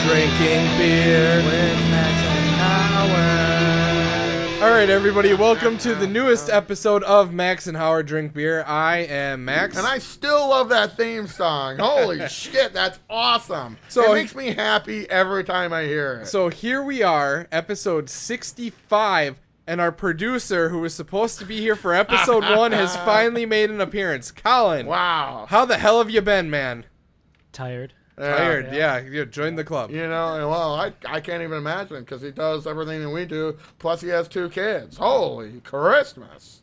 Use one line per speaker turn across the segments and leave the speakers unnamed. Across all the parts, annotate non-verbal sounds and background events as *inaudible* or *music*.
drinking beer with Max and Howard. All right, everybody, welcome to the newest episode of Max and Howard Drink Beer. I am Max.
And I still love that theme song.
*laughs*
Holy shit, that's awesome.
So-
So it makes me happy every time I hear it.
So here we are, episode 65, and our producer, who was supposed to be here for episode one,
*laughs*
has finally made an appearance. Colin,
wow.
how the hell have you been, man?
tired.
Yeah.
Tired, yeah. You joined the club.
You know, and well, I, I can't even imagine because he does everything that we do. Plus, he has two kids. Holy Christmas.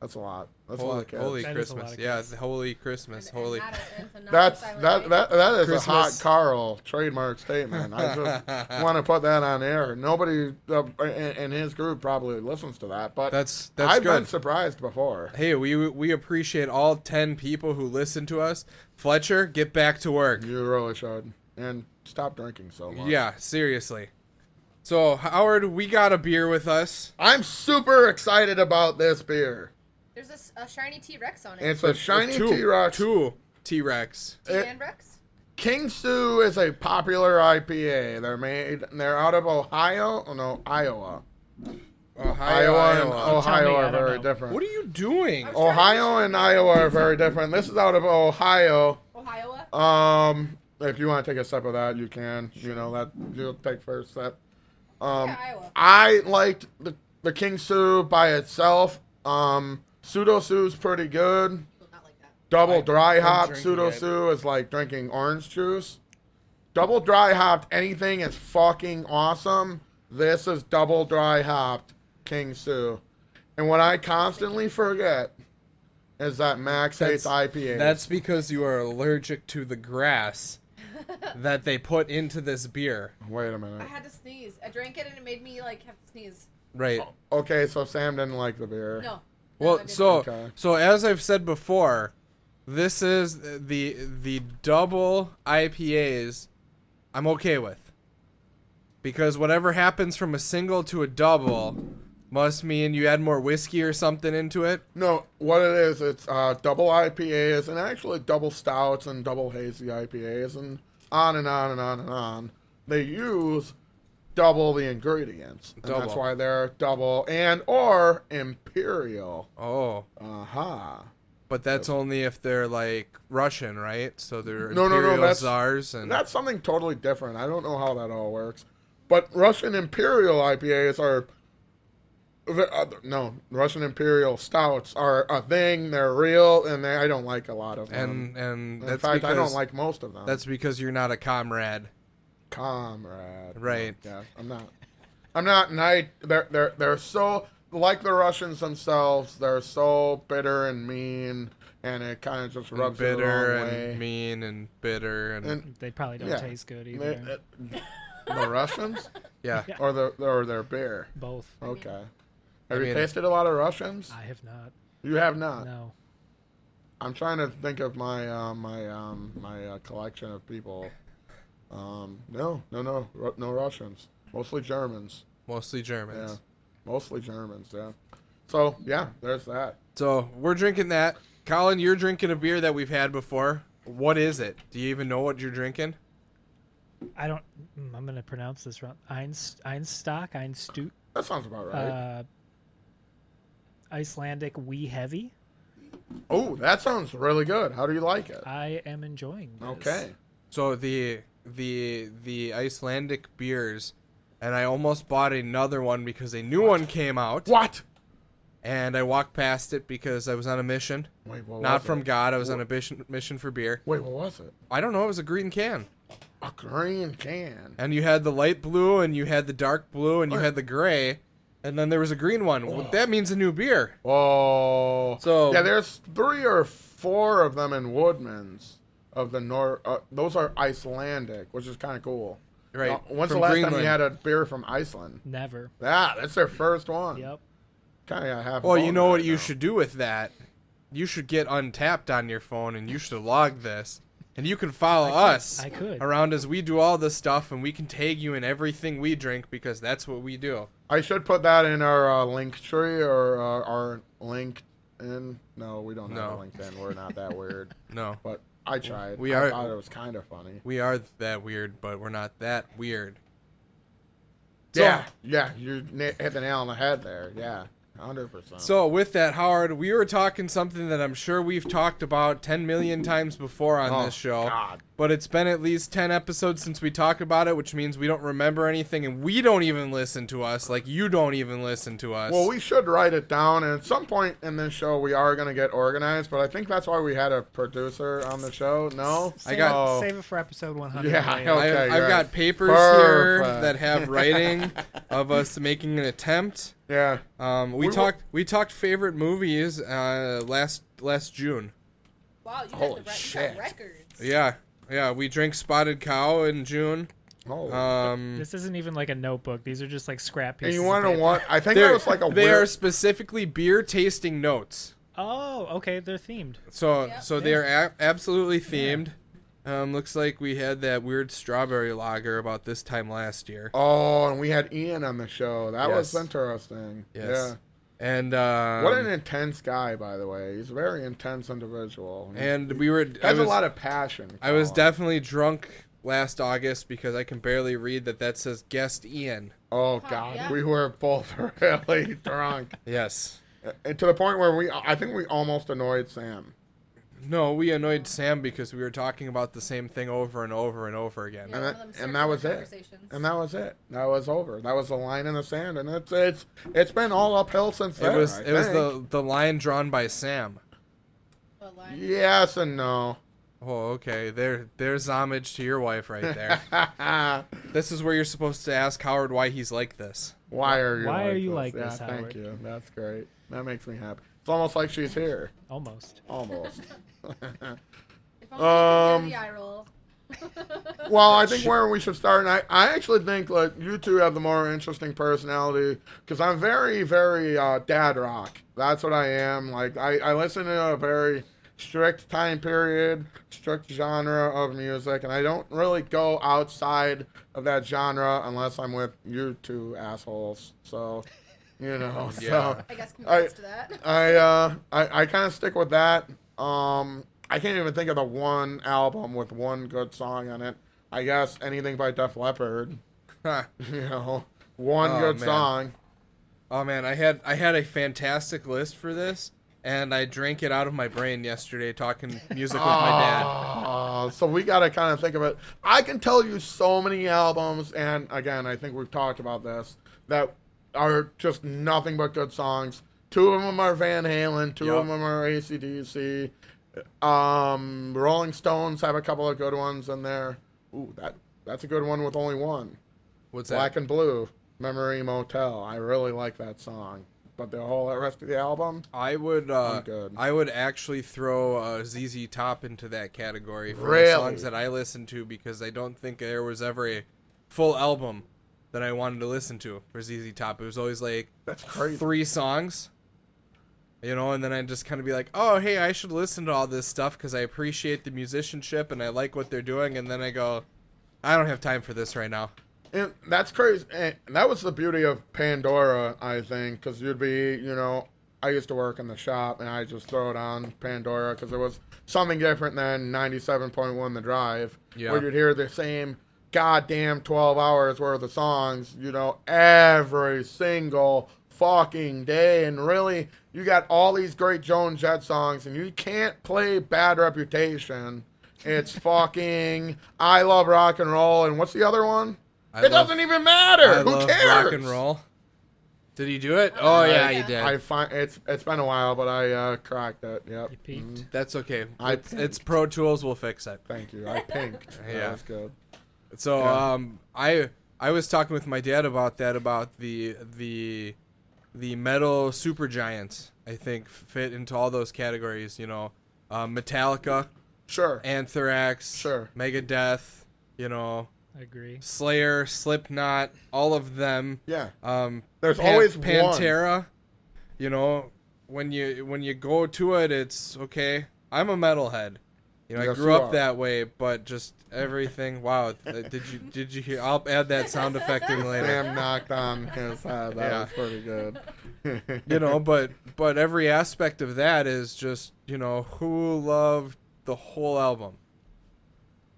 That's a lot. That's a lot
Holy, holy
of kids.
That is a lot
Christmas.
of
Yeah, it's holy Christmas. Holy.
That's that, that that is a hot
Christmas.
Carl trademark statement. I
*laughs*
just want to put that on air. Nobody uh, in, in his group probably listens to that, but
That's that's
I've
good.
been surprised before.
Hey, we we appreciate all 10 people who listen to us. Fletcher, get back to work.
You really should, and stop drinking so much.
Yeah, seriously. So, Howard, we got a beer with us.
I'm super excited about this beer.
There's a s- a, shiny T Rex on it.
It's a shiny
Two-
T-Rex.
Two T-Rex.
T
it-
and Rex.
King Sue is a popular IPA. They're made. They're out of Ohio. Oh, no, Iowa.
Ohio,
Iowa, and
Iowa.
Ohio
me, I
are
don't
very
know.
different.
Oh, What are you doing?
Oh.
Ohio and Iowa are very different. This is out of Ohio.
Ohio.
Um, if you want to take a sip of that, you can. You know that you'll take first sip. Um,
Yeah, Iowa.
I liked the the King Sue by itself. Um, pseudo Sue's pretty good.
People not like that.
Double dry
I'm
hop
drinking
pseudo
it.
Sue is like drinking orange juice. Double dry hopped anything is fucking awesome. This is double dry hopped King Sue. And what I constantly forget is that Max hates
That's-
IPAs.
That's because you are allergic to the grass that they put into this beer.
Wait a minute.
I had to sneeze. I drank it and it made me like have to sneeze.
Right.
Okay, so Sam didn't like the beer.
No. No, I
Well,
didn't.
so
Okay.
so as I've said before, this is the the double IPAs I'm okay with. Because whatever happens from a single to a double must mean you add more whiskey or something into it.
No, what it is, it's uh, double IPAs and actually double stouts and double hazy IPAs and on and on and on and on. They use double the ingredients, and that's
Double.
why they're double and or imperial. Uh-huh.
Oh.
Aha.
But that's only if they're like Russian, right? So they're
No, no, no,
imperial
that's-
czars and
That's something totally different. I don't know how that all works, but Russian imperial IPAs are. the- uh, no, Russian imperial stouts are a thing. They're real, and they, I don't like a lot of them.
and and
In
that's
fact,
because
I don't like most of them.
that's because you're not a comrade.
comrade.
Right.
Yeah, I'm not. I'm not night. They're they're they're so like the Russians themselves. They're so bitter and mean, and it kind of just rubs you
bitter
the wrong way.
and mean and bitter and,
And
They probably don't
Yeah.
taste good
they-
either.
uh, the Russians
yeah.
Yeah.
or the or their beer.
Both.
Okay. Have
I
you
mean-
tasted a lot of Russians?
I have not.
You have not.
No.
I'm trying to think of my uh, my um, my uh, collection of people. Um, no, no, no, Ru- no Russians. Mostly Germans.
Mostly Germans.
Yeah, mostly Germans. Yeah. So yeah, there's that.
So we're drinking that. Colin, you're drinking a beer that we've had before. What is it? Do you even know what you're drinking?
I don't. mm, I'm gonna pronounce this wrong. Einst, Einstock, Einstut,
That sounds about right.
uh, Icelandic wee heavy.
oh, that sounds really good. How do you like it?
I am enjoying. This.
Okay.
So the the the Icelandic beers, and I almost bought another one because a new one came out,
What?
and I walked past it because I was on a mission.
Wait, what
Not
was
from
it?
God. I was on a mission mission for beer.
Wait, what was it?
I don't know. It was a green can,
A green can.
and you had the light blue, and you had the dark blue, and you had the gray, and then there was a green one. Well, that means a new beer.
Oh.
So-
yeah, there's three or four of them in Woodman's of the North. Uh, those are Icelandic, which is kind of cool.
Right,
Uh, when's
from
the last time
Greenland.
you had a beer from Iceland?
Never.
Yeah, that's their first one.
Yep.
Kind of half.
Well, you
bone
know what
right
you
now.
should do with that? You should get untapped on your phone and you should log this. And you can follow us
I could.
around as we do all this stuff and we can tag you in everything we drink because that's what we do.
I should put that in our uh, link tree or uh, our LinkedIn. No, we don't have
No.
a LinkedIn. We're not that weird.
No.
But I tried.
We
I
are-
thought it was kind of funny.
We are that weird, but we're not that weird.
yeah, yeah, you na- hit the nail on the head there. Yeah, hundred percent.
So with that, Howard, we were talking something that I'm sure we've talked about 10 million times before on
Oh,
this show.
God.
But it's been at least 10 episodes since we talked about it, which means we don't remember anything and we don't even listen to us. Like you don't even listen to us.
Well, we should write it down, and at some point in this show, we are going to get organized. But I think that's why we had a producer on the show. No,
I
Save,
got-
Oh,
save it for episode 100.
Yeah, I
later.
know.
I,
okay,
I've
right.
got papers here
Perfect.
that
*laughs*
have writing of us making an attempt.
yeah,
Um, we,
We will-
talked we talked favorite movies uh, last last June.
Wow, you got
Holy
the re- You
shit.
got records.
Yeah, yeah. We drank Spotted Cow in June.
oh.
Um,
This isn't even like a notebook. These are just like scrap
and
pieces.
you
of
want to
paper.
what? I think that
They're,
was like a
they are
weird.
specifically beer tasting notes.
Oh, okay. They're themed.
So
Yep.
so they are a- absolutely themed. Um, looks like we had that weird strawberry lager about this time last year.
Oh, and we had Ian on the show. That was
Yes.
interesting.
Yes. And uh,
Yeah. What an intense guy, by the way. He's a very intense individual.
and we were I
has
was,
a lot of passion.
I was
Colin.
definitely drunk last August because I can barely read that that says guest Ian.
Oh
Huh,
God,
yeah.
we were both *laughs* really drunk,
Yes.
and to the point where we, I think we almost annoyed Sam.
No, we annoyed Sam because we were talking about the same thing over and over and over again.
Yeah,
and
one
that-
of them
and
circular
that was it.
conversations.
And that was it. That was over. That was the line in the sand, and it's it's it's been all uphill since
It
then.
was
I
it was
think.
the the line drawn by Sam.
A line.
yes and no.
Oh, okay. There there's homage to your wife right
*laughs*
there. this is where you're supposed to ask Howard why he's like this.
Why are you?
Why
like
are you
this?
like
yeah,
this,
Thank
Howard?
you. That's great. That makes me happy. It's almost like she's here.
Almost.
Almost.
If only
Um,
you could hear the eye roll. *laughs*
well, I think where we should start, and I, I actually think like you two have the more interesting personality because I'm very, very uh, dad rock. That's what I am. Like I, I listen to a very strict time period, strict genre of music, and I don't really go outside of that genre unless I'm with you two assholes. So, you know,
Yeah.
so
I guess congrats
I-
to that.
I uh I, I kind of stick with that. Um, I can't even think of the one album with one good song on it. I guess anything by Def Leppard, *laughs*
Huh.
you know, one
Oh,
good
man.
song.
Oh man, I had I had a fantastic list for this and I drank it out of my brain yesterday talking music with my dad.
Oh, so we got to kind of think of it. I can tell you so many albums, and again, I think we've talked about this that are just nothing but good songs. Two of them are Van Halen, two of
Yep.
them are ACDC. Um, Rolling Stones have a couple of good ones in there. Ooh, that that's a good one with only one.
What's that?
Black and Blue, Memory Motel. I really like that song, but the whole rest of the album,
I would uh,
I'm good.
I would actually throw uh, ZZ Top into that category for the
Really?
songs that I listen to because I don't think there was ever a full album that I wanted to listen to for ZZ Top. It was always like
that's crazy.
three songs, you know, and then I'd just kind of be like, oh hey, I should listen to all this stuff because I appreciate the musicianship and I like what they're doing, and then I go, I don't have time for this right now.
And that's crazy. And that was the beauty of Pandora, I think, because you'd be, you know, I used to work in the shop and I just throw it on Pandora because it was something different than 97.1 The Drive,
Yeah.
where you'd hear the same goddamn 12 hours worth of songs, you know, every single fucking day. And really, you got all these great Joan Jett songs and you can't play Bad Reputation. It's *laughs* fucking I Love Rock and Roll. And what's the other one?
I
it
love-
doesn't even matter.
I
Who
love
cares?
rock and roll. Did he do it?
Uh,
Oh yeah, he
yeah.
did.
I find it's it's been a while, but I uh, cracked it. Yep.
You peaked.
Mhm.
That's okay.
I-
it's, it's Pro Tools. We'll fix it.
Thank you.
*laughs*
I pinked.
Yeah.
That was good.
So
Yeah.
um, I I was talking with my dad about that about the the the metal supergiants. I think fit into all those categories. You know, uh, Metallica,
Sure.
Anthrax,
Sure.
Megadeth, you know,
I agree.
Slayer, Slipknot, all of them.
yeah.
Um,
There's always one.
Pantera. You know, when you when you go to it, it's okay. I'm a metalhead. You know,
Yes,
I grew
you
up
are.
that way, but just everything. Wow, th- did you *laughs* did you hear? I'll add that sound effect in later.
Sam knocked on his head. That
Yeah.
was pretty good. *laughs*
You know, but but every aspect of that is just you know who loved the whole album.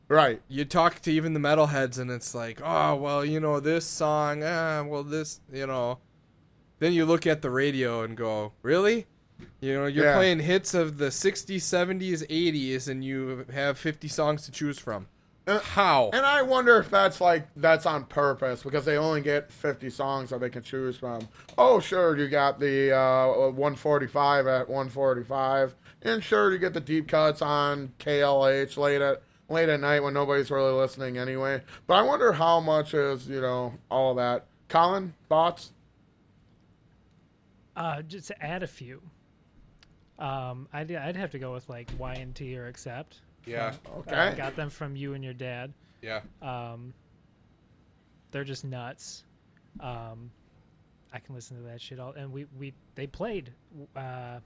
Right.
You talk to even the metalheads, and it's like, oh well, you know this song. Ah, well this, you know. Then you look at the radio and go, really? You know, you're
Yeah.
playing hits of the '60s, '70s, '80s, and you have 50 songs to choose from.
Uh,
How?
And I wonder if that's like that's on purpose because they only get 50 songs that they can choose from. Oh, sure, you got the uh, 145 at 145, and sure, you get the deep cuts on KLH late at late at night when nobody's really listening anyway. But I wonder how much is you know all of that. Colin, thoughts?
Uh, just to add a few. Um, I'd, I'd have to go with like Y and T or Accept.
Yeah,
Uh, I
Okay,
got them from you and your dad.
yeah.
Um, they're just nuts. Um, I can listen to that shit all. And we, we they played uh,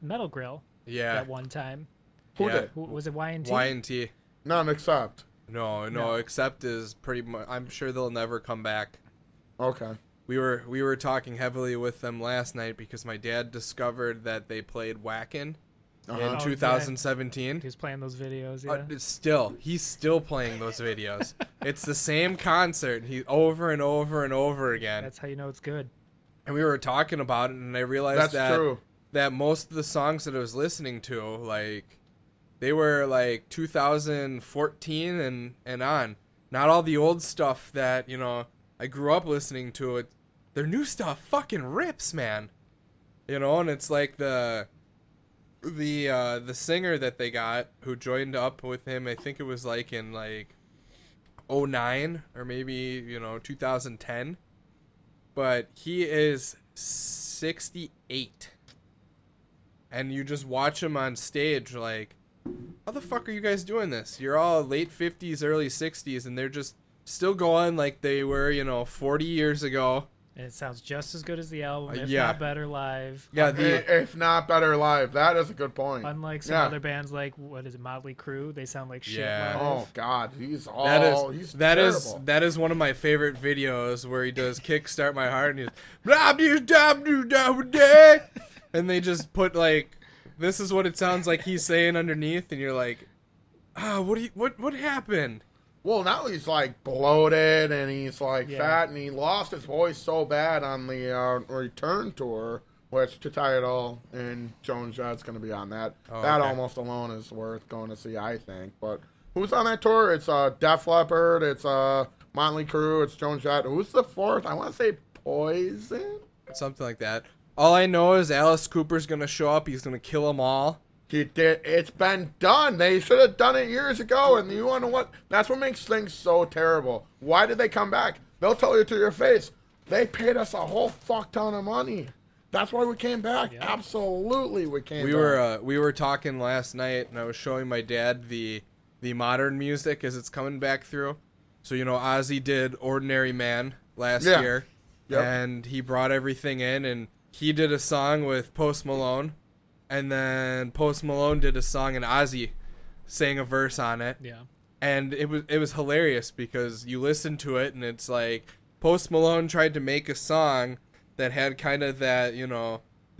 Metal Grill
Yeah.
at one time.
who
Yeah.
did?
Who was it? Y and T.
Y and T.
None except.
No, no,
No.
Accept is pretty much. I'm sure they'll never come back.
Okay.
We were we were talking heavily with them last night because my dad discovered that they played Whackin
Uh-huh.
in
yeah.
2017.
He was playing those videos. Yeah.
Uh, it's still, he's still playing those
*laughs*
videos. it's the same concert. He over and over and over again.
That's how you know it's good.
and we were talking about it, and I realized
That's
that
true.
that most of the songs that I was listening to, like, they were like 2014 and and on. Not all the old stuff that you know I grew up listening to. It, their new stuff fucking rips, man. You know, and it's like the the uh, the singer that they got who joined up with him. I think it was like in like 09 or maybe you know 2010, but he is 68 and you just watch them on stage like how the fuck are you guys doing this you're all late 50s early 60s and they're just still going like they were you know 40 years ago
And it sounds just as good as the album,
Uh,
if
yeah.
not better live.
yeah the
I- if not better live, that is a good point.
Unlike some
Yeah.
other bands like what is it, Motley Crue? They sound like shit.
Yeah.
live.
Oh God, he's all
that is
oh, he's
that is-
terrible.
that is one of my favorite videos where he does kickstart my heart and he's blah, dee, da, doo, da, woo,
*laughs*
day. and they just put like this is what it sounds like he's saying underneath and you're like ah what do you, what what happened
Well, now he's like bloated and he's like
Yeah.
fat and he lost his voice so bad on the uh, return tour, which to tie it all, and Joan Jett's going to be on that.
Oh,
that
okay.
almost alone is worth going to see, I think. But who's on that tour? It's uh, Def Leppard, it's uh, Motley Crue, it's Joan Jett. Who's the fourth? I want to say Poison.
something like that all i know is alice cooper's gonna show up he's gonna kill them all
He did. It's been done. They should have done it years ago. And you want to what? That's what makes things so terrible. Why did they come back? They'll tell you to your face. They paid us a whole fuck ton of money. That's why we came back.
Yeah.
Absolutely, we came.
we
back.
were uh, we were talking last night, and I was showing my dad the the modern music as it's coming back through. So you know, Ozzy did "Ordinary Man" last
Yeah.
year,
Yep.
and he brought everything in, and he did a song with Post Malone, and then Post Malone did a song, and Ozzy sang a verse on it
Yeah.
and it was it was hilarious because you listen to it and it's like Post Malone tried to make a song that had kind of that you know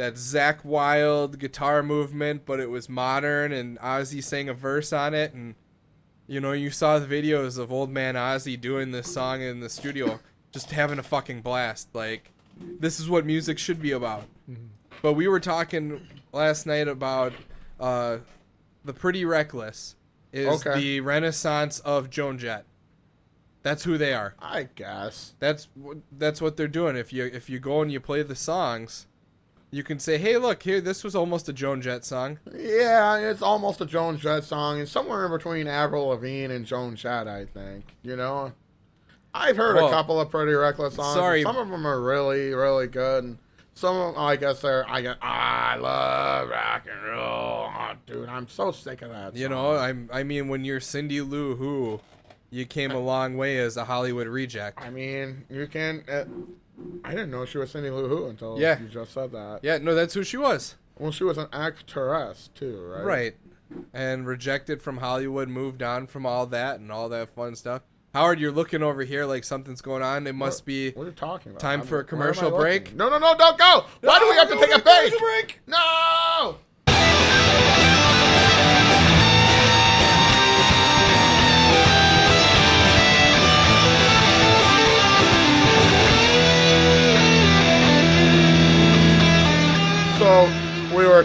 that Zach Wild guitar movement, but it was modern and Ozzy sang a verse on it and you know you saw the videos of old man Ozzy doing this song in the studio, just having a fucking blast. Like this is what music should be about. But we were talking last night about uh, the Pretty Reckless is
Okay.
the renaissance of Joan Jett. That's who they are.
I guess.
That's wh- that's what they're doing. If you if you go and you play the songs, you can say, "Hey, look here, this was almost a Joan Jett song."
Yeah, it's almost a Joan Jett song, and somewhere in between Avril Lavigne and Joan Jett, I think. You know, I've heard
Well,
a couple of pretty reckless songs. and
sorry.
some of them are really, really good, and some of 'em- I guess they're. I get. I love rock and roll, oh, dude. I'm so sick of that.
You
song.
know, I'm I mean, when you're Cindy Lou Who, you came a long way as a Hollywood reject.
I mean, you can. Uh, I didn't know she was Cindy Lou Who until
Yeah.
you just said that.
Yeah, no, that's who she was.
Well, she was an actress too, right?
Right. And rejected from Hollywood, moved on from all that and all that fun stuff. Howard, you're looking over here like something's going on. It must be
What are you talking about?
Time
I'm-
for a
where am I
commercial
looking?
break?
No, no, no! Don't go. Why do we have to
No,
take a
don't take a
break? No!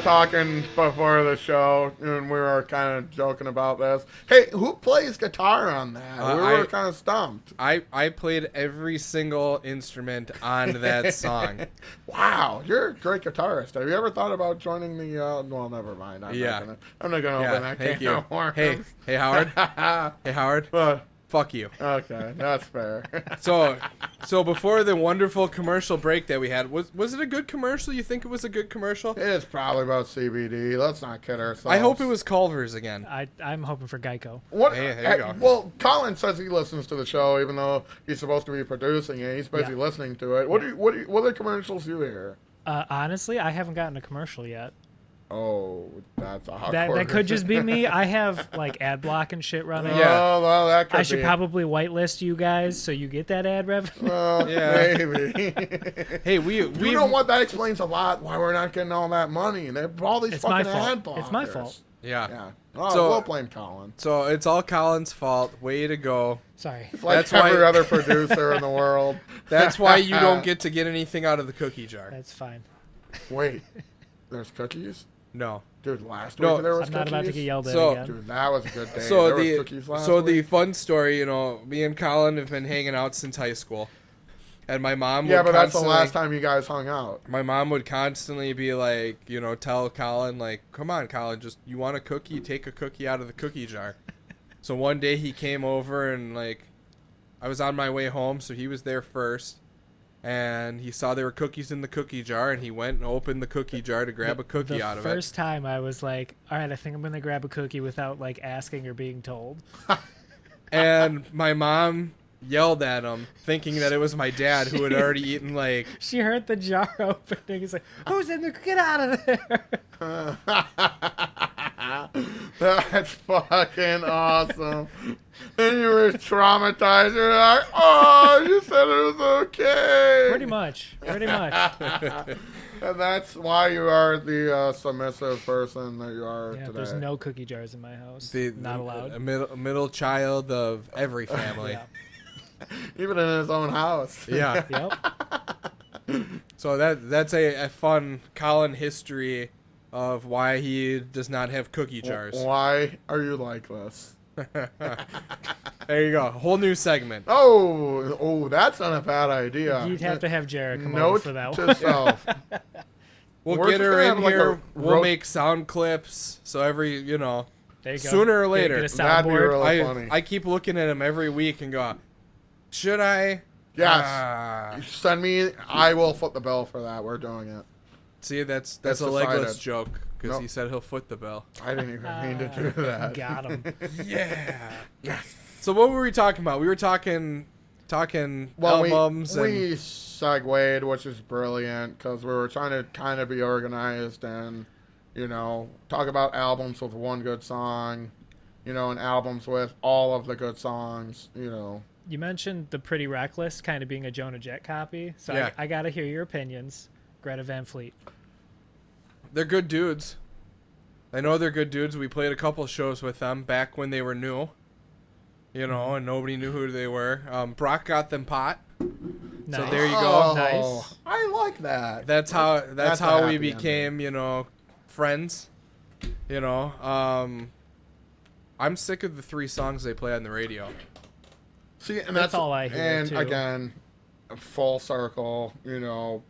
talking before the show, and we were kind of joking about this. Hey, who plays guitar on that?
Uh,
we were
I-
kind of stumped.
I I played every single instrument on
*laughs*
that song.
Wow, you're a great guitarist. Have you ever thought about joining the? Uh, well, never mind. I'm
Yeah.
not gonna. I'm not gonna open
yeah,
that
thank
can
you.
of worms. *laughs*
Hey, hey Howard. Hey Howard.
But,
Fuck you.
okay, that's fair. *laughs*
So, so before the wonderful commercial break that we had, was was it a good commercial? You think it was a good commercial?
it is probably about CBD. Let's not kid ourselves.
I hope it was Culver's again.
I, I'm hoping for Geico.
What?
Hey, there you
uh,
go.
Well, Colin says he listens to the show, even though he's supposed to be producing it. He's supposed to be
Yeah.
listening to it. What do you, what do you, what other commercials you hear?
Uh, honestly, I haven't gotten a commercial yet.
Oh, that's awkward.
That, that could just
*laughs*
be me. I have like ad block and shit running.
Yeah.
Oh, well, that could
I should
be.
probably whitelist you guys so you get that ad revenue.
Well,
Yeah.
maybe. *laughs*
Hey, we
you
we
know what? That explains a lot why we're not getting all that money. They all these
It's my
fucking
fault.
ad blockers.
It's my fault.
Yeah.
Yeah. Oh,
So-
we'll blame Colin.
So it's all Colin's fault. Way to go.
*laughs* Sorry.
It's like
That's why-
every other producer in the world.
*laughs* That's why
*laughs*
you don't get to get anything out of the cookie jar.
That's fine.
Wait, there's cookies,
No.
dude. Last
No,
week there was
I'm not about to
cookies?
get yelled at
So-
again.
Dude, that was a good day.
So
there was
the
cookies last
so
week.
the fun story, you know, me and Colin have been hanging out since high school, and my mom.
Yeah,
would
but that's the
constantly-
last time you guys hung out.
my mom would constantly be like, you know, tell Colin like, "Come on, Colin, just you want a cookie? Take a cookie out of the cookie
*laughs*
jar." so one day he came over and like, I was on my way home, so he was there first, and he saw there were cookies in the cookie jar, and he went and opened the cookie jar to grab a cookie
The
out of
first time I was like, all right, I think I'm going to grab a cookie without like asking or being told.
it, and my mom yelled at him, thinking that it was my dad who had
*laughs*
already eaten like
She heard the jar *laughs* opening. It's like, who's in the Get out of there. *laughs*
*laughs* That's fucking awesome. and you were traumatized. You're like, oh, you said it was okay.
Pretty much. Pretty much.
And that's why you are the uh, submissive person that you are
Yeah,
today.
there's no cookie jars in my house.
the
Not
uh,
allowed.
a middle, a middle child of every family.
*laughs* yeah.
Even in his own house. *laughs*
*laughs*
yeah. *laughs*
Yep.
So that that's a, a fun Colin history of why he does not have cookie jars.
Why are you like this?
*laughs* There you go. Whole new segment.
Oh, oh, that's not a bad idea.
You'd have to have Jared come over
Uh, Note
for that
to
one. *laughs*
self.
We'll
We're
get
just
her
gonna
in
have, like,
here.
a
we'll
road-
make sound clips. So every you know,
There you go.
Sooner or
Get-
later,
Get a
that'd be
soundboard.
really- So
I
funny.
I keep looking at him every week and go, should I?
Yes.
Ah.
Send me. I will foot the bill for that. We're doing it.
See, that's that's
That's
a legless
decided.
joke because
Nope.
he said he'll foot the
*laughs*
bill.
I didn't even mean to
*laughs*
do that.
Got him.
Yeah. So what were we talking about? We were talking talking
*laughs* Well, we,
albums and
we segued, which is brilliant because we were trying to kind of be organized and, you know, talk about albums with one good song, you know, and albums with all of the good songs, you know.
You mentioned the Pretty Reckless kind of being a Jonah Jet copy. So
Yeah.
I, I got to hear your opinions. Greta Van Fleet.
They're good dudes. I know they're good dudes. We played a couple shows with them back when they were new. You know, and nobody knew who they were. Um, Brock got them pot.
Nice.
there you go.
Oh,
Nice.
I like that.
That's how that's,
That's a
how we
happy
became, you know, friends. You know, um I'm sick of the three songs they play on the radio.
See, and
That's
that's,
all I hear,
And
too.
again, full circle, you know,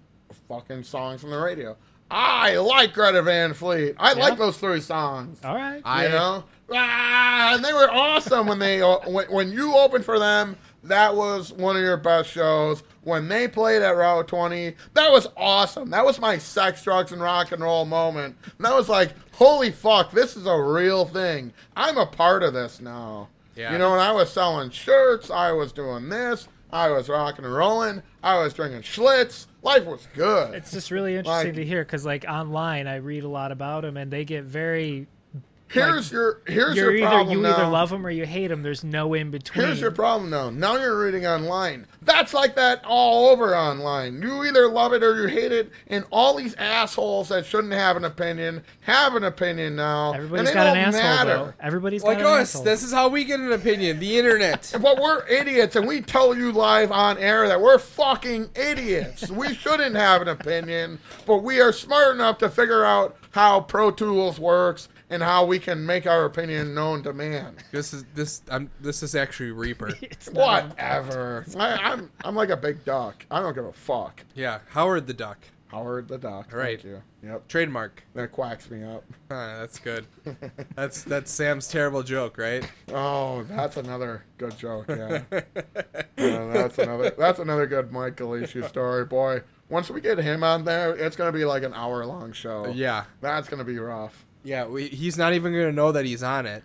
fucking songs from the radio. I like Greta Van Fleet. I
Yeah.
like those three songs.
All right.
I
you know, ah, and they were awesome when they uh, when, when you opened for them. That was one of your best shows. When they played at Route 20, that was awesome. That was my sex, drugs, and rock and roll moment. And that was like, holy fuck, this is a real thing. I'm a part of this now.
Yeah.
You know, and I was selling shirts. I was doing this. I was rocking and rolling. I was drinking Schlitz. Life was good.
It's just really interesting
Like-
to hear because, like, online I read a lot about them and they get very.
here's your here's
You're
your
either
problem
you
now.
either love them or you hate them. There's no in between.
Here's your problem though. Now you're reading online. That's like that all over online. You either love it or you hate it, and all these assholes that shouldn't have an opinion have an opinion now.
Everybody's
and they
got an
don't
asshole
matter.
though. Everybody's
Like
got an
us,
asshole.
this is how we get an opinion. The internet. *laughs*
But we're idiots, and we tell you live on air that we're
*laughs*
fucking idiots. we shouldn't have an opinion, but we are smart enough to figure out how Pro Tools works and how we can make our opinion known to man.
This is this. I'm. This is actually Reaper.
It's not on top.
Whatever. I, I'm I'm like a big duck. I don't give a fuck.
Yeah, Howard the Duck.
Howard the duck.
Right.
Thank you. Yep.
Trademark.
That quacks me up.
Huh, that's good. That's that's Sam's terrible joke, right?
Oh, that's another good joke.
*laughs*
Yeah. Yeah, that's another. That's another good Mike Galicia story, boy. Once we get him on there, it's gonna be like an hour long show.
yeah,
That's gonna be rough.
yeah. We, he's not even gonna know that he's on it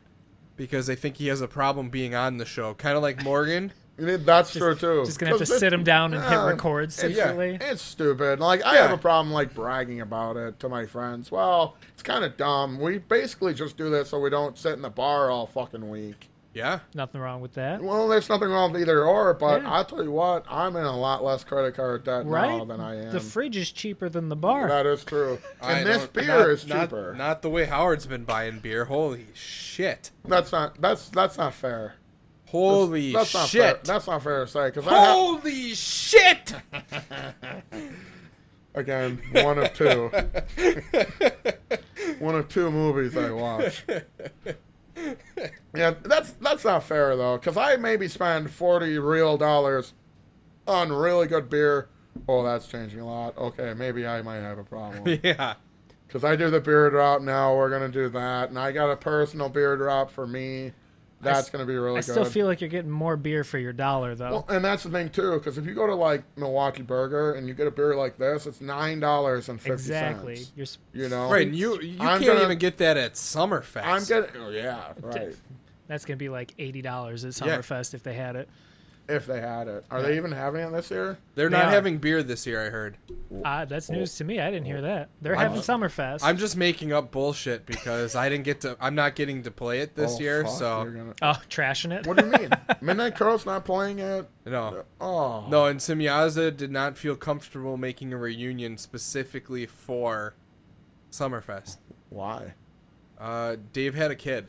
because they think he has a problem being on the show. Kind of like Morgan. *laughs*
I mean, That's
Just-
true too.
Just gonna have to
'Cause it-
sit him down and
yeah,
hit record
it's- yeah,
secretly.
it's stupid. Like I have a problem like bragging about it to my friends. Well, it's kind of dumb. We basically just do this so we don't sit in the bar all fucking week.
Yeah,
Nothing wrong with that.
Well, there's nothing wrong with either or, but
Yeah.
I'll tell you what, I'm in a lot less credit card debt now
Right?
than I am.
The fridge is cheaper than the bar.
that
*laughs*
is true.
I
And this
don't-
beer
not-
is
not-
cheaper.
Not, the way Howard's been buying beer. Holy shit!
That's not that's that's not fair.
Holy
that's not
shit!
Fair. That's not fair to say because I have,
Holy shit! *laughs*
again one of two, one of two movies
*laughs*
I watch. Yeah, that's that's not fair though because I maybe spend forty real dollars on really good beer. Oh, that's changing a lot. Okay, maybe I might have a problem
yeah.
because I do the beer drop now. We're gonna do that, and I got a personal beer drop for me. That's gonna be really
I
good.
still feel like you're getting more beer for your dollar though.
Well, and that's the thing too, because if you go to like Milwaukee Burger and you get a beer like this, it's nine dollars and fifty cents.
exactly. You're s-
You know.
Right, and you you
I'm
can't
gonna-
even get that at Summerfest.
I'm getting. Oh, yeah.
*laughs*
Right.
that's gonna be like eighty dollars at
Yeah.
Summerfest if they had it.
If they had it, are they even having it this year?
They're
They
not
are.
having beer this year. I heard.
Uh, that's news to me. I didn't hear that. They're
I'm-
having Summerfest.
I'm just making up bullshit because I didn't get to. I'm not getting to play it this
Oh,
year,
fuck,
so
you're gonna-
oh, trashing it.
What do you mean? Midnight Curl's not playing it.
no,
Oh.
no. And Simyaza did not feel comfortable making a reunion specifically for Summerfest.
Why?
Uh, Dave had a kid.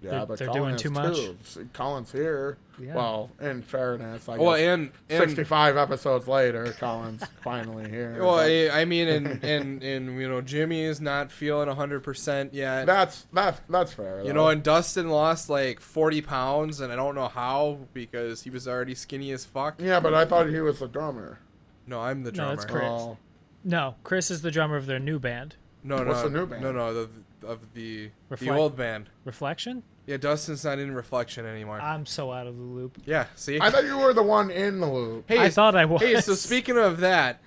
Yeah,
They're-
but
they're
Colin
doing
is
too much.
See, Colin's here.
Yeah.
Well, in fairness, I guess.
Well, and, and
sixty-five episodes later,
*laughs*
Colin's finally here.
well,
but-
I, I mean,
*laughs*
and and and you know, Jimmy is not feeling hundred percent yet.
that's that's that's fair.
You
though.
know, and Dustin lost like 40 pounds, and I don't know how because he was already skinny as fuck.
Yeah, but I thought he was the drummer.
No, I'm the drummer.
No, that's Chris.
Oh,
*laughs* No, Chris is the drummer of their new band,
No, no,
What's the new band?
No, no, the, of the the
Reflect-
old band.
Reflection.
Yeah, Dustin's not in Reflection anymore.
I'm so out of the loop.
yeah, see.
I thought you were the one in the loop.
hey,
I thought I was.
hey. So speaking of that,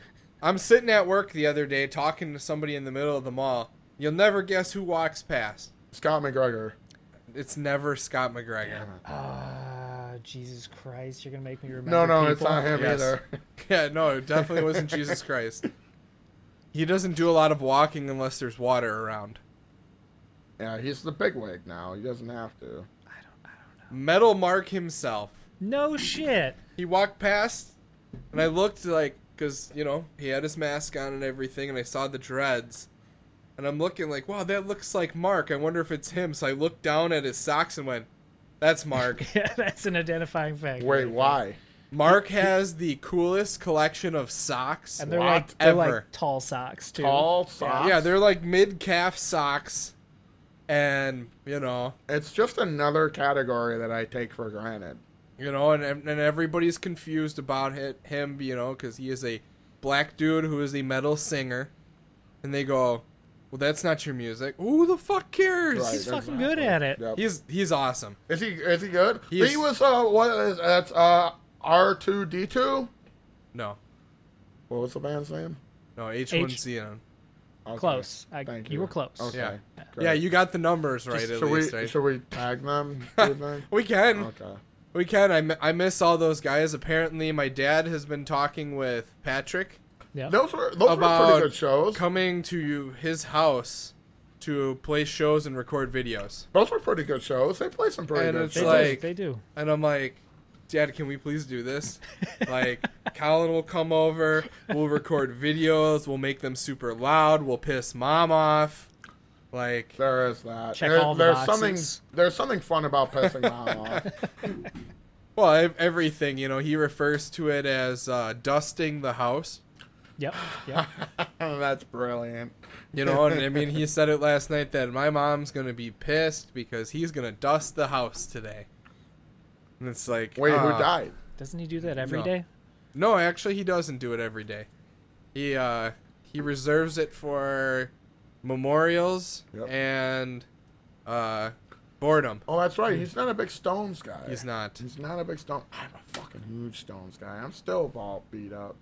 I'm sitting at work the other day talking to somebody in the middle of the mall. You'll never guess who walks past.
Scott McGregor.
It's never Scott McGregor.
Ah, Jesus Christ! You're gonna make me remember.
No, no, it's
people.
not him
Yes.
either. *laughs*
*laughs* Yeah, no, it definitely wasn't Jesus Christ. He doesn't do a lot of walking unless there's water around.
Yeah, he's the bigwig now. He doesn't have to.
Metal Mark himself.
No shit.
He walked past, and I looked like, because, you know, he had his mask on and everything, and I saw the dreads. And I'm looking like, wow, that looks like Mark. I wonder if it's him. So I looked down at his socks and went, that's Mark.
*laughs* Yeah, that's an identifying factor.
Wait, why?
Mark has the coolest collection of socks.
And they're
What
like they're
ever.
like tall socks too.
Tall socks.
yeah, they're like mid calf socks. And, you know,
It's just another category that I take for granted.
you know, and and everybody's confused about hi- him, you know, because he is a black dude who is a metal singer, and they go, "Well, that's not your music. Who the fuck cares?"
He's
Right,
fucking good at it.
Yep.
He's he's awesome.
Is he? Is he good?
He's-
He was. Uh, what is that's uh R two D two.
No,
What was the band's name?
no H one C N.
Okay.
Close. I,
Thank
you. were close.
Okay.
Yeah.
great.
Yeah, you got the numbers right
Should
at
we
least. right?
should we
*laughs*
tag them? do you think?
we can,
okay.
we can. I, mi- I miss all those guys. Apparently, my dad has been talking with Patrick,
Yeah.
Those were those were
About
pretty good shows.
coming to his house to play shows and record videos.
Those were pretty good shows. They play some pretty
And
good
it's
They
shows.
like-
do. They do.
And I'm like, Dad, can we please do this? Like, Colin will come over. We'll record videos. We'll make them super loud. We'll piss mom off. Like,
there is that.
Check
There-
all the
there's
boxes.
something there's something fun
*laughs*
about pissing mom off.
well, ev- everything, you know, he refers to it as uh, dusting the house.
Yep.
*laughs*
Yep.
That's brilliant.
You know, and I mean, he said it last night that my mom's gonna be pissed because he's gonna dust the house today. And it's like,
Wait, who
uh,
died?
Doesn't he do that every
No.
day?
No, actually, he doesn't do it every day. He uh, he reserves it for memorials
Yep.
and uh, boredom.
Oh, that's right. He's not a big Stones guy.
hmm. He's not.
He's not a big Stone. I'm a fucking huge Stones guy. I'm still ball beat up.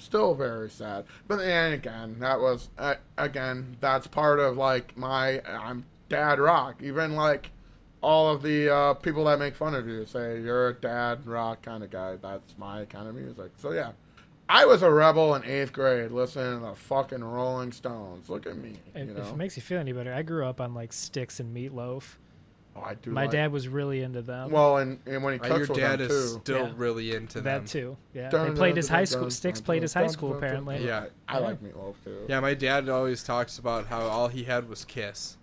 Still very sad. But then again, that was uh, again that's part of like my I'm dad rock. Even like all of the uh, people that make fun of you say you're a dad rock kind of guy. That's my kind of music. So yeah, I was a rebel in eighth grade listening to the fucking Rolling Stones. Look at me. You
If,
know,
if it makes you feel any better, I grew up on like sticks and meatloaf.
oh, I do.
My
like-
dad was really into them.
Well, and, and when he
Uh,
cooks
your
with
dad
them,
is
too.
still
Yeah.
really into
that
them.
too. Yeah,
Dun,
they played
dun,
his
dun,
high
dun,
school.
dun,
Sticks
dun,
played his
dun,
high
dun,
school
dun, dun.
apparently.
Yeah.
I like meatloaf too.
Yeah, my dad always talks about how all he had was Kiss.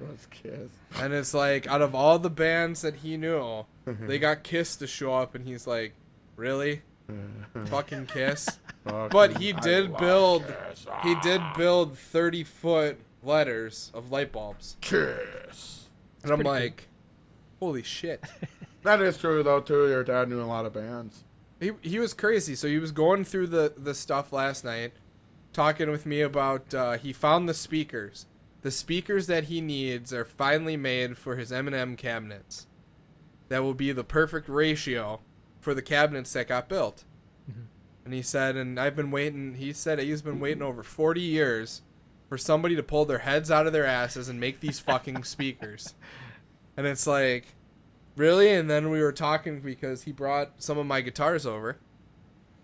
Let's kiss.
And it's like, out of all the bands that he knew, they got Kiss to show up, and he's like, really? Fucking Kiss? But he did build- He did build 30 foot letters of light bulbs.
Kiss.
And I'm
pretty cool.
like, holy shit.
That is true though too. Your dad knew a lot of bands.
he, he was crazy. So he was going through the, the stuff last night, talking with me about uh, he found the speakers. The speakers that he needs are finally made for his M&M cabinets. That will be the perfect ratio for the cabinets that got built.
Mhm.
And he said, and I've been waiting. He said he's been waiting over 40 years for somebody to pull their heads out of their asses and make these fucking speakers. And it's like, really? And then we were talking because he brought some of my guitars over,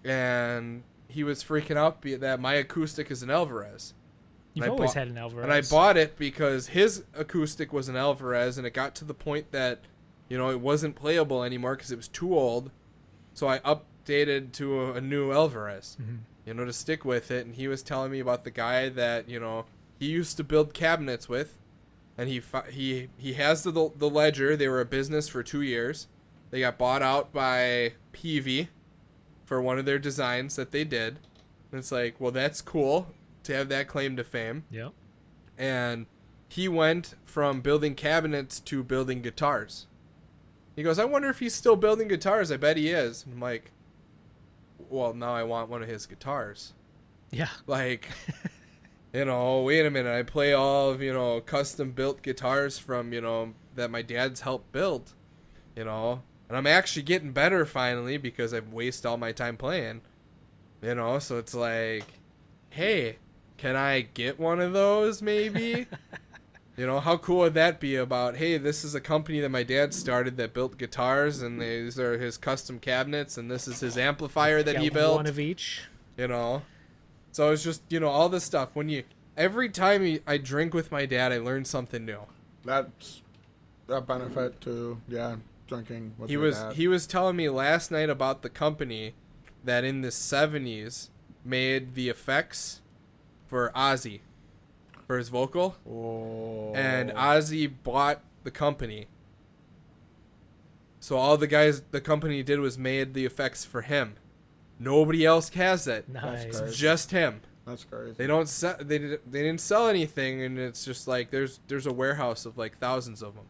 and he was freaking out be- that my acoustic is an Alvarez.
You've
And I
always
bought-
had an Alvarez.
And I bought it because his acoustic was an Alvarez, and it got to the point that, you know, it wasn't playable anymore because it was too old. So I updated to a, a new Alvarez,
Mhm.
you know, to stick with it. And he was telling me about the guy that, you know, he used to build cabinets with. And he fi- he he has the the ledger. They were a business for two years. They got bought out by Peavy for one of their designs that they did. And it's like, well, that's cool to have that claim to fame
Yep.
and he went from building cabinets to building guitars. He goes, I wonder if he's still building guitars. I bet he is. And I'm like, well, now I want one of his guitars.
Yeah.
Like, you know, wait a minute. I play all of, you know, custom built guitars from, you know, that my dad's helped build, you know. And I'm actually getting better finally because I've wasted all my time playing, you know. So it's like, hey, can I get one of those maybe? you know, how cool would that be about, hey, this is a company that my dad started that built guitars and these are his custom cabinets and this is his amplifier that
Got
he built
one of each.
you know so it's just you know all this stuff when you every time you- i drink with my dad i learn something new
That's a benefit too. Yeah, drinking. With
he
your
was
dad.
he was telling me last night about the company that in the 70s made the effects for ozzy for his vocal
Oh.
and ozzy bought the company so all the guys the company did was made the effects for him nobody else has it
Nice.
crazy.
just him
that's crazy.
they don't sell they, did, they didn't sell anything and it's just like there's there's a warehouse of like thousands of them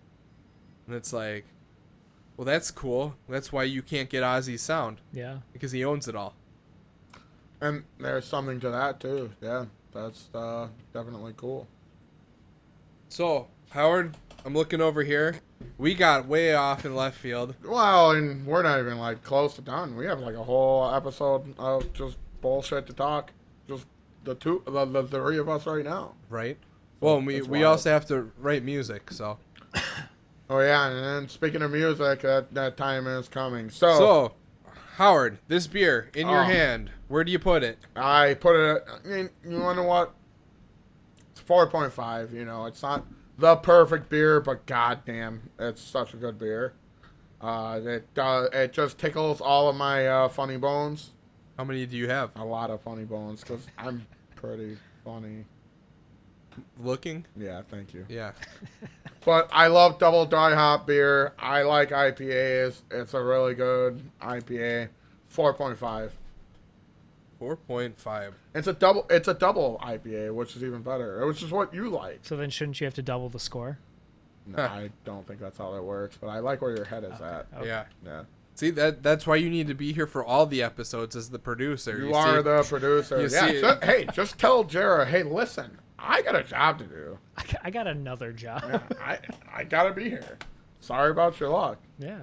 and it's like well that's cool that's why you can't get ozzy's sound
Yeah.
because he owns it all
And there's something to that too. Yeah, that's uh, definitely cool.
so howard i'm looking over here we got way off in left field
Well, and we're not even like close to done. We have like a whole episode of just bullshit to talk. Just the two, the, the three of us right now.
right well and we
That's
we
wild.
also have to write music so
Oh yeah, and then speaking of music, that, that time is coming. So,
so howard this beer in your
Oh.
hand where do you put it
I put it. I mean, you wonder what? It's four point five. You know, it's not the perfect beer, but goddamn, it's such a good beer. Uh, it uh, it just tickles all of my uh, funny bones.
how many do you have
A lot of funny bones because I'm pretty funny.
looking
Yeah, thank you.
yeah
But I love double dry hop beer. I like IPAs. It's a really good IPA. 4.5.
Four point five.
It's a double. It's a double IPA, which is even better. Which is what you like.
So then, shouldn't you have to double the score? *laughs*
No, I don't think that's how that works, but I like where your head is at.
Okay.
Yeah.
Yeah,
See that that's why you need to be here for all the episodes as the producer.
you
see?
are the producer.
you
yeah.
see-
so- hey, just tell Jara, hey, listen, I got a job to do.
I got, I got another job.
Yeah, I I gotta be here. Sorry about your luck.
*laughs* yeah.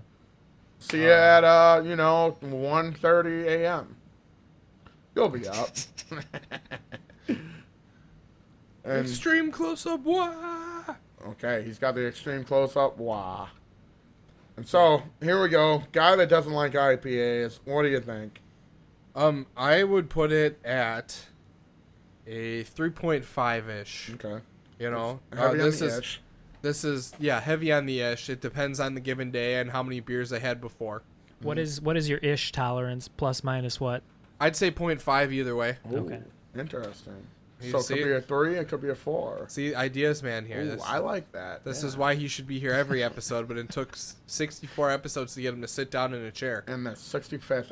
See you at uh, you know, 1.30 a.m. You'll
*laughs*
be up. and
extreme close up. Wah!
Okay, he's got the extreme close up. Wah. And so here we go. Guy that doesn't like IPAs. What do you think?
Um, I would put it at a three point five ish.
Okay.
You know, uh,
Heavy on
this
the
is
edge.
this is yeah heavy on the ish. It depends on the given day and how many beers I had before.
What is what is your ish tolerance plus minus what?
I'd say 0.5 either way.
Ooh,
Okay.
Interesting.
You
so it
see?
could be a three. It could be a four.
See, ideas man here.
Ooh,
this
I like that.
this
yeah.
is why he should be here every episode, but it took s- 64 episodes to get him to sit down in a chair.
In the 65th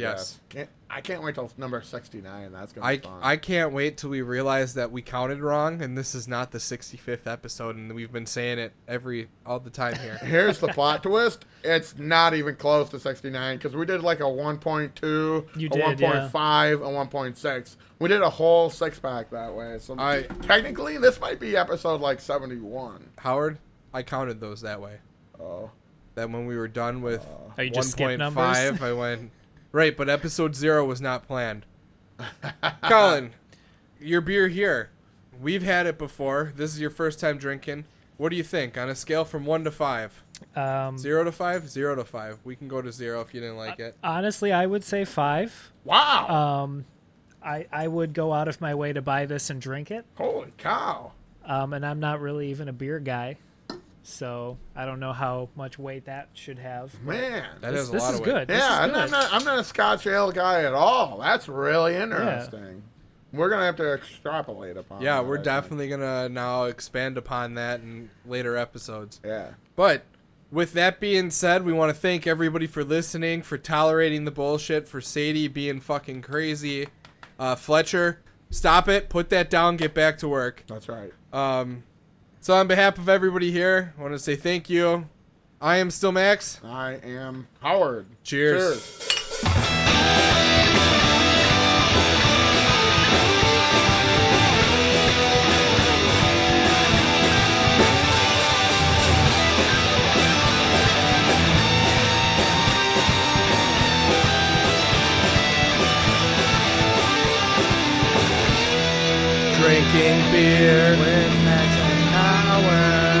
Yes.
Yes. Can't, I can't wait till number 69. That's gonna
I,
be fun.
I can't wait till we realize that we counted wrong and this is not the 65th episode and we've been saying it every all the time
*laughs*
here.
Here's the plot twist. It's not even close to 69 because we did like a 1.2,
You
a
did,
1.5, a 1.6. We did a whole six pack that way. So
I-
technically, this might be episode like 71.
Howard, I counted those that way.
Oh, *laughs*
That when we were done with
Oh, you just skipped numbers?
1.5, I went right, but episode 0 was not planned. Colin, your beer here. We've had it before. This is your first time drinking. What do you think on a scale from 1 to 5?
Um,
0 to 5? 0 to 5. We can go to 0 if you didn't
Uh,
like it.
honestly, I would say five.
wow.
Um, I I would go out of my way to buy this and drink it.
Holy cow.
Um, and I'm not really even a beer guy, so I don't know how much weight that should have.
Man.
That
This-
is a
this
lot
is
of
good.
weight.
This
yeah,
is
and I'm
good.
not, I'm not a Scotch Ale guy at all. That's really interesting. We're going to have to extrapolate upon
Yeah,
that, I
we're
think.
definitely gonna now expand upon that in later episodes.
Yeah.
But with that being said, we want to thank everybody for listening, for tolerating the bullshit, for Sadie being fucking crazy. Uh, Fletcher, stop it, put that down, get back to work.
That's right.
Um, so on behalf of everybody here, I want to say thank you. I am still Max.
I am Howard.
Cheers.
Cheers.
Drinking beer with Max and Howard.